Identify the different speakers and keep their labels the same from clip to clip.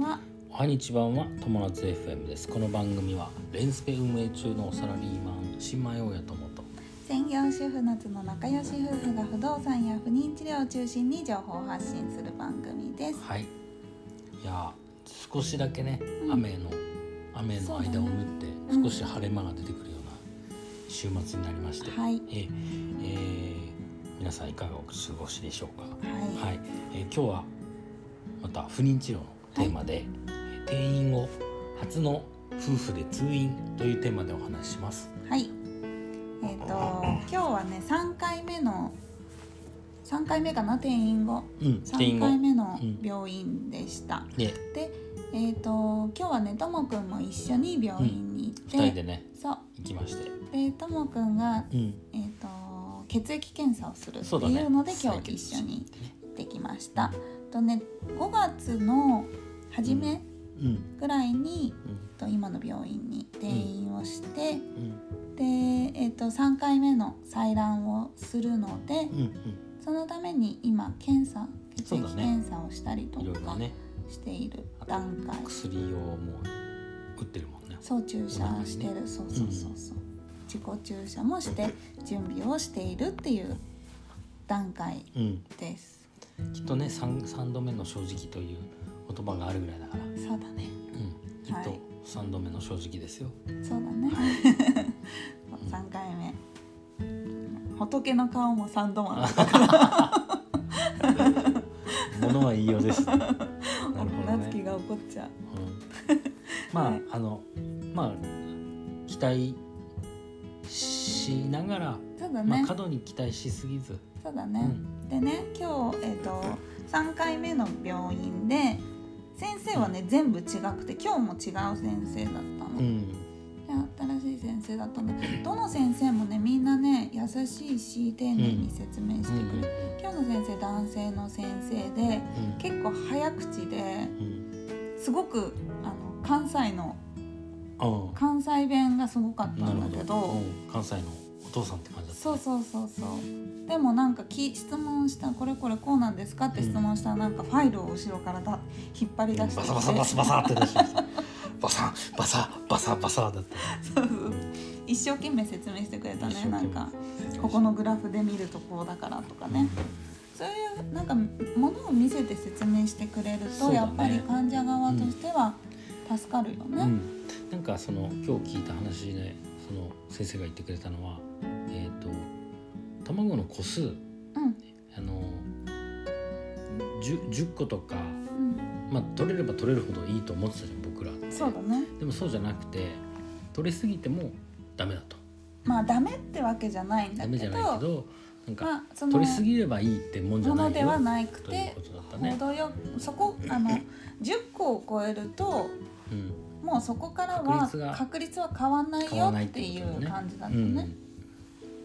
Speaker 1: は日版は友達 FM ですこの番組はレンスペ運営中のサラリーマン新米親友と
Speaker 2: 専業主婦夏の仲良し夫婦が不動産や不妊治療を中心に情報を発信する番組です
Speaker 1: はいいやー少しだけね、
Speaker 2: ん
Speaker 1: 雨の雨の間を縫って
Speaker 2: うん
Speaker 1: 少し晴れ間が出てくるような週末になりまして、
Speaker 2: はい
Speaker 1: えーえー皆さんいかがお過ごしでしょうか
Speaker 2: はい
Speaker 1: はい、えー今日はまた不妊治療のテーマで、えー定員後初の夫婦で通院というテーマでお話しします。
Speaker 2: はいえっ、と今日はね3回目の3回目かな転院後
Speaker 1: うん、定員
Speaker 2: 3
Speaker 1: 後
Speaker 2: 回目の
Speaker 1: うん
Speaker 2: 病院でした、
Speaker 1: で
Speaker 2: でえっ、と今日はねともくんも一緒に病院に行って、
Speaker 1: 二人でね
Speaker 2: そう
Speaker 1: 行きまして、
Speaker 2: でともくんが
Speaker 1: うん、
Speaker 2: えっ、と血液検査をするって
Speaker 1: そうだね。
Speaker 2: いうので、今
Speaker 1: 再
Speaker 2: 日
Speaker 1: 検
Speaker 2: 一緒に
Speaker 1: してね
Speaker 2: 行ってきました。とね5月の初め
Speaker 1: うん
Speaker 2: ぐらいに、
Speaker 1: うん
Speaker 2: と今の病院に転院をして、
Speaker 1: うん
Speaker 2: で、えっと3回目の採卵をするので、
Speaker 1: うんうん
Speaker 2: そのために今検査血
Speaker 1: そう
Speaker 2: 液
Speaker 1: だね
Speaker 2: 検査をしたりと
Speaker 1: いろいろ
Speaker 2: か
Speaker 1: ね
Speaker 2: している段階
Speaker 1: 薬をもう打ってるもんね。
Speaker 2: そう注射してる、そうそうそうそう、自己注射もして準備をしているっていう段階
Speaker 1: うん、
Speaker 2: です
Speaker 1: きっとね三三度目の正直という言葉があるぐらいだから、うん、
Speaker 2: そうだね
Speaker 1: きっ
Speaker 2: は
Speaker 1: と
Speaker 2: い
Speaker 1: 三度目の正直ですよ。
Speaker 2: そうだね 三回目仏の顔も三度もあった
Speaker 1: ものは言いよ うです、ね。なるほど
Speaker 2: 夏希
Speaker 1: ね。
Speaker 2: が怒っちゃう
Speaker 1: うん、 まあ、
Speaker 2: はい
Speaker 1: あのまあ期待しながら、
Speaker 2: そうだ
Speaker 1: まあ
Speaker 2: ね、
Speaker 1: 過度に期待しすぎず、
Speaker 2: そうだ
Speaker 1: う
Speaker 2: ね、
Speaker 1: ん、
Speaker 2: でね今日、えー、と3回目の病院で先生はね全部違くて今日も違う先生だったの、
Speaker 1: う
Speaker 2: で
Speaker 1: ん、
Speaker 2: 新しい先生だったんだけどどの先生もねみんなね優しいし丁寧に説明して
Speaker 1: うん、
Speaker 2: くれる、今日の先生男性の先生で
Speaker 1: うん
Speaker 2: 結構早口で
Speaker 1: うん、
Speaker 2: すごくあの関西の
Speaker 1: あ
Speaker 2: 関西弁がすごかっ
Speaker 1: あ、
Speaker 2: た
Speaker 1: なる
Speaker 2: ん
Speaker 1: ほ
Speaker 2: だ
Speaker 1: ど。
Speaker 2: けど
Speaker 1: うん関西のお父さんって感じだった、
Speaker 2: そうそうそうそうでもなんかき質問したこれこれこうなんですかって質問したらなんかファイルを後ろからだ引っ張り出
Speaker 1: バ
Speaker 2: してき
Speaker 1: サバサバサ
Speaker 2: て
Speaker 1: バサって出してきた。バサバサバサバサだった。
Speaker 2: そうそう一生懸命説明してくれた
Speaker 1: 一
Speaker 2: ね
Speaker 1: 生
Speaker 2: な
Speaker 1: 懸
Speaker 2: ん
Speaker 1: 命
Speaker 2: かここのグラフで見るとこうだからとかねそういうなんかものを見せて説明してくれる
Speaker 1: そう
Speaker 2: と、
Speaker 1: だね
Speaker 2: やっぱり患者側としては助かるよ
Speaker 1: う
Speaker 2: ね。
Speaker 1: ん、なんかその今日聞いた話でその先生が言ってくれたのは、えっ、と卵の個数
Speaker 2: うん
Speaker 1: あの 10, 10個とか、
Speaker 2: うん
Speaker 1: まあ、取れれば取れるほどいいと思ってたじゃん僕らって
Speaker 2: そうだね
Speaker 1: でもそうじゃなくて取れすぎてもダメだと
Speaker 2: まあダメってわけじゃないんだ
Speaker 1: ダ
Speaker 2: けど
Speaker 1: メじゃないけどなんか、
Speaker 2: まあその
Speaker 1: 取りすぎればいいってもんじゃ
Speaker 2: も
Speaker 1: な
Speaker 2: の
Speaker 1: い
Speaker 2: で
Speaker 1: よ
Speaker 2: はなく
Speaker 1: という
Speaker 2: て
Speaker 1: ことだったね。
Speaker 2: 程よくそこあの10個を超えると
Speaker 1: うん
Speaker 2: もうそこからは
Speaker 1: 確率が
Speaker 2: 確率は変わんない
Speaker 1: 変わ
Speaker 2: よ
Speaker 1: らない
Speaker 2: っ
Speaker 1: って
Speaker 2: てい
Speaker 1: こと
Speaker 2: う
Speaker 1: ね
Speaker 2: 感じだ
Speaker 1: う
Speaker 2: ったね
Speaker 1: ん。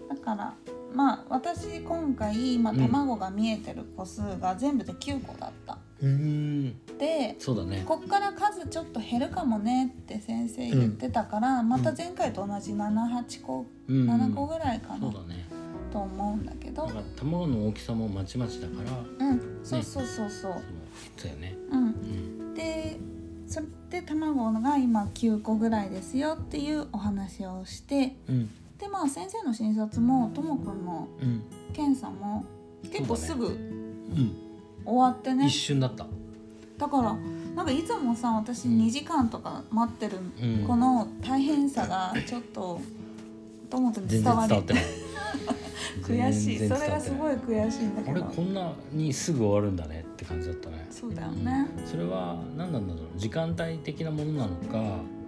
Speaker 2: だからまあ私今回今
Speaker 1: うん
Speaker 2: 卵が見えてる個数が全部で9個だった。
Speaker 1: うん、
Speaker 2: で
Speaker 1: そうだね。
Speaker 2: こっから数ちょっと減るかもねって先生言ってたから、また前回と同じ78個、
Speaker 1: うん、
Speaker 2: 7個ぐらいか
Speaker 1: そ
Speaker 2: な
Speaker 1: うだね。
Speaker 2: と思うんだけど
Speaker 1: なんか卵の大きさもまちまちだから、
Speaker 2: うんそうそうそうそう、
Speaker 1: そのそうやね。
Speaker 2: うん
Speaker 1: うん、
Speaker 2: でそれで卵が今9個ぐらいですよっていうお話をして
Speaker 1: うん、
Speaker 2: でまあ先生の診察もともくんの
Speaker 1: うん、
Speaker 2: 検査も結構す
Speaker 1: そう
Speaker 2: ぐ
Speaker 1: うん、
Speaker 2: 終わってね
Speaker 1: 一瞬だった。
Speaker 2: だからなんかいつもさ私
Speaker 1: うん
Speaker 2: 2時間とか待ってる、
Speaker 1: うん
Speaker 2: この大変さがちょっとともくんに伝
Speaker 1: 全然伝
Speaker 2: わ
Speaker 1: わ
Speaker 2: り
Speaker 1: ってない。
Speaker 2: 悔しい
Speaker 1: 全
Speaker 2: そ
Speaker 1: 然伝わってな
Speaker 2: れ
Speaker 1: い
Speaker 2: がすごい悔しいんだ
Speaker 1: あ
Speaker 2: け
Speaker 1: れ
Speaker 2: ど
Speaker 1: こんなにすぐ終わるんだねって感じだったね。
Speaker 2: そうだよね、
Speaker 1: それは何なんだろう時間帯的なものなのか、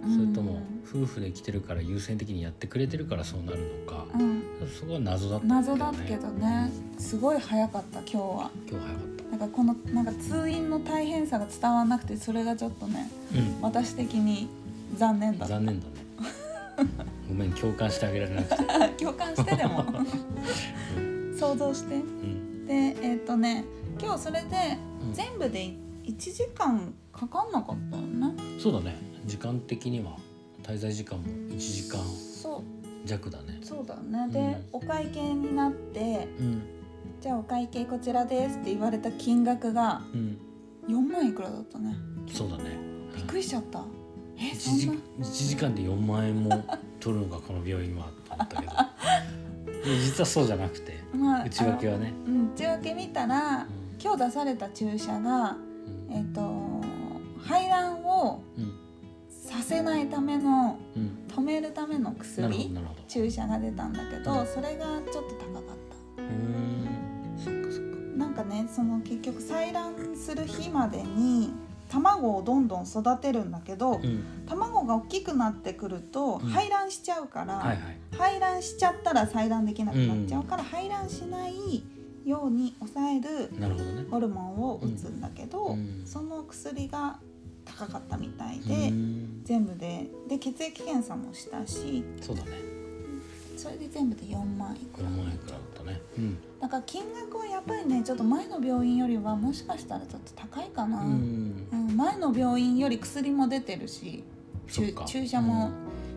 Speaker 2: うん
Speaker 1: それとも夫婦で来てるから優先的にやってくれてるからそうなるのか、
Speaker 2: うん、
Speaker 1: そこは謎だった
Speaker 2: 謎だけどねすごい早かった今日は。
Speaker 1: 今日早かった
Speaker 2: なんかこのなんか通院の大変さが伝わらなくてそれがちょっとね
Speaker 1: うん
Speaker 2: 私的に残念だった
Speaker 1: 残念だねごめん共感してあげられなくて、
Speaker 2: 共感してで も想像して
Speaker 1: うん
Speaker 2: でえっ、とね今日それで
Speaker 1: うん
Speaker 2: 全部で1時間かかんなかったよね
Speaker 1: そうだね時間的には滞在時間も1時間
Speaker 2: そ
Speaker 1: 弱だね
Speaker 2: うそうだね
Speaker 1: う
Speaker 2: で
Speaker 1: ん
Speaker 2: お会計になって
Speaker 1: うん
Speaker 2: 「じゃあお会計こちらです」って言われた金額が
Speaker 1: うん
Speaker 2: 4万いくらだったね
Speaker 1: そうだね
Speaker 2: びっくりしちゃったえそ
Speaker 1: 1時
Speaker 2: んな
Speaker 1: 1時間で4万円も取るのがこの病院はと思った けどで実はそうじゃなくて
Speaker 2: まあ
Speaker 1: 内訳はね、
Speaker 2: あのうん内訳見たら
Speaker 1: うん
Speaker 2: 今日出された注射が
Speaker 1: うん
Speaker 2: えっ、と排卵を
Speaker 1: うん
Speaker 2: させないための
Speaker 1: うん、
Speaker 2: 止めるための
Speaker 1: なるほど
Speaker 2: 薬
Speaker 1: なるほど
Speaker 2: 注射が出たんだけ
Speaker 1: う
Speaker 2: ど
Speaker 1: ん
Speaker 2: それがちょっと高かっ
Speaker 1: うーんそっかそっか
Speaker 2: たなんかねその結局採卵する日までに卵をどんどん育てるんだけど
Speaker 1: うん
Speaker 2: 卵が大きくなってくると
Speaker 1: うん
Speaker 2: 排卵しちゃうから、
Speaker 1: はいはい
Speaker 2: 排卵しちゃったら採卵できなくなっちゃうから、排卵しないように抑える
Speaker 1: なるほどね
Speaker 2: ホルモンを打つんだけど、
Speaker 1: うん
Speaker 2: その薬が高かったみたいうで、
Speaker 1: ーん
Speaker 2: 全部でで血液検査もしたし
Speaker 1: そうだね
Speaker 2: それで全部で4万いく
Speaker 1: 5
Speaker 2: ら
Speaker 1: 万円くらいだったねうん
Speaker 2: だから金額はやっぱりねちょっと前の病院よりはもしかしたらちょっと高いかな、
Speaker 1: う
Speaker 2: うん
Speaker 1: ん
Speaker 2: 前の病院より薬も出てるし
Speaker 1: そっ
Speaker 2: 注
Speaker 1: か
Speaker 2: 注射も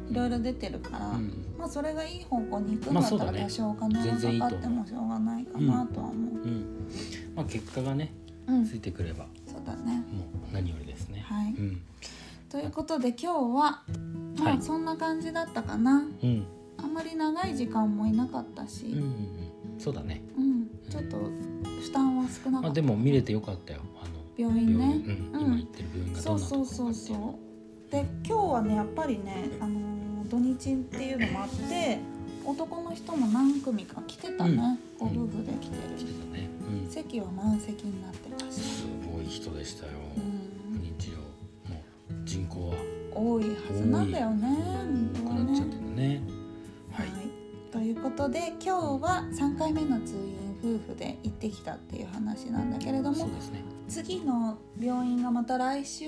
Speaker 2: いろいろ出てるから、
Speaker 1: うんうん
Speaker 2: まあそれがいい方向に行くん
Speaker 1: ま
Speaker 2: だっ
Speaker 1: あそう
Speaker 2: た
Speaker 1: だ
Speaker 2: ら
Speaker 1: ね
Speaker 2: 多少お金
Speaker 1: 全然いい
Speaker 2: が
Speaker 1: と
Speaker 2: か
Speaker 1: 思
Speaker 2: かっ
Speaker 1: う
Speaker 2: てもしょうがないかなとは思う、
Speaker 1: うんまあ結果がね
Speaker 2: うん
Speaker 1: ついてくればも
Speaker 2: そうだね
Speaker 1: う何よりですね
Speaker 2: はい
Speaker 1: うん
Speaker 2: ということで今日はまあ
Speaker 1: はい
Speaker 2: そんな感じだったかな、
Speaker 1: うん
Speaker 2: あんまり長い時間もいなかったし、
Speaker 1: うんうんうんそうだね
Speaker 2: うん、ちょっと負担は少なか
Speaker 1: まあ
Speaker 2: った
Speaker 1: でも見れてよかったよあの
Speaker 2: 病院
Speaker 1: 病
Speaker 2: ね
Speaker 1: 院、うん、今行ってる病院がど
Speaker 2: そ
Speaker 1: ん
Speaker 2: う
Speaker 1: なとこ
Speaker 2: そう
Speaker 1: ろかって
Speaker 2: そうそうで今日はねやっぱりね、あのー土日っていうのもあって男の人も何組か来てたね、
Speaker 1: うん
Speaker 2: ご夫婦で来て
Speaker 1: 来て
Speaker 2: る、
Speaker 1: たね、うん、す
Speaker 2: 席は満席になってました、
Speaker 1: ごい人でしたよ
Speaker 2: うん、
Speaker 1: 日曜もう人口は
Speaker 2: 多いは
Speaker 1: 多い
Speaker 2: ずなんだよね
Speaker 1: うん多
Speaker 2: 本
Speaker 1: く
Speaker 2: 当は
Speaker 1: なっ
Speaker 2: ね
Speaker 1: ちゃってるねはい、
Speaker 2: ということで今日は3回目の通院夫婦で行ってきたっていう話なんだけれど
Speaker 1: そ
Speaker 2: も
Speaker 1: うですね
Speaker 2: 次の病院がまた来週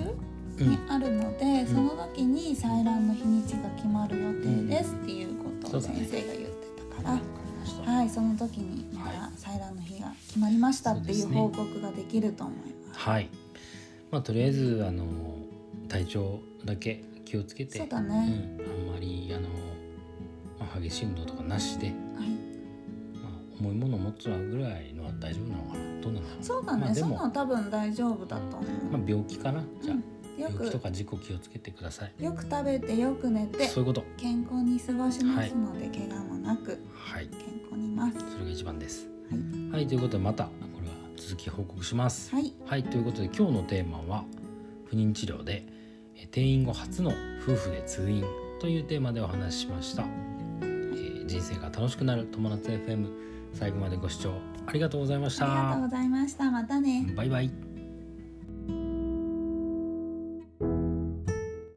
Speaker 1: うん
Speaker 2: にあるので、
Speaker 1: ん
Speaker 2: その時に採卵の日にちが決まる予定ですっていうこと
Speaker 1: そ
Speaker 2: を
Speaker 1: うだね
Speaker 2: 先生が言ってたから、
Speaker 1: わかりました
Speaker 2: はいその時にま
Speaker 1: は
Speaker 2: た採卵の日が決まりましたってい
Speaker 1: そううですね
Speaker 2: 報告ができると思います。
Speaker 1: はいまあとりあえずあの体調だけ気をつけて
Speaker 2: そうだね、
Speaker 1: うん、あんまりあの、まあ、激しい運動とかなしで、
Speaker 2: はい、
Speaker 1: まあ、重いものを持つぐらいのは大丈夫なのかなどうなのかな
Speaker 2: そうだね、
Speaker 1: まあで
Speaker 2: そ
Speaker 1: も
Speaker 2: んなの多分大丈夫だと思
Speaker 1: まあ
Speaker 2: う、、
Speaker 1: 病気かなじゃあ、
Speaker 2: うんよ
Speaker 1: 病気と
Speaker 2: く
Speaker 1: か事故気をつけてください
Speaker 2: よく食べてよく寝て
Speaker 1: そういうこと
Speaker 2: 健康に過ごしますので、怪我もなく
Speaker 1: はい
Speaker 2: 健康にいます。
Speaker 1: それが一番です
Speaker 2: はい
Speaker 1: はい、ということでまたこれは続き報告します
Speaker 2: はい、
Speaker 1: はい、ということで今日のテーマは不妊治療でえー定員後初の夫婦で通院というテーマでお話ししました、えー人生が楽しくなる友達 FM 最後までご視聴ありがとうございまし
Speaker 2: ありがとう
Speaker 1: た
Speaker 2: ございました。またね。
Speaker 1: バイバイ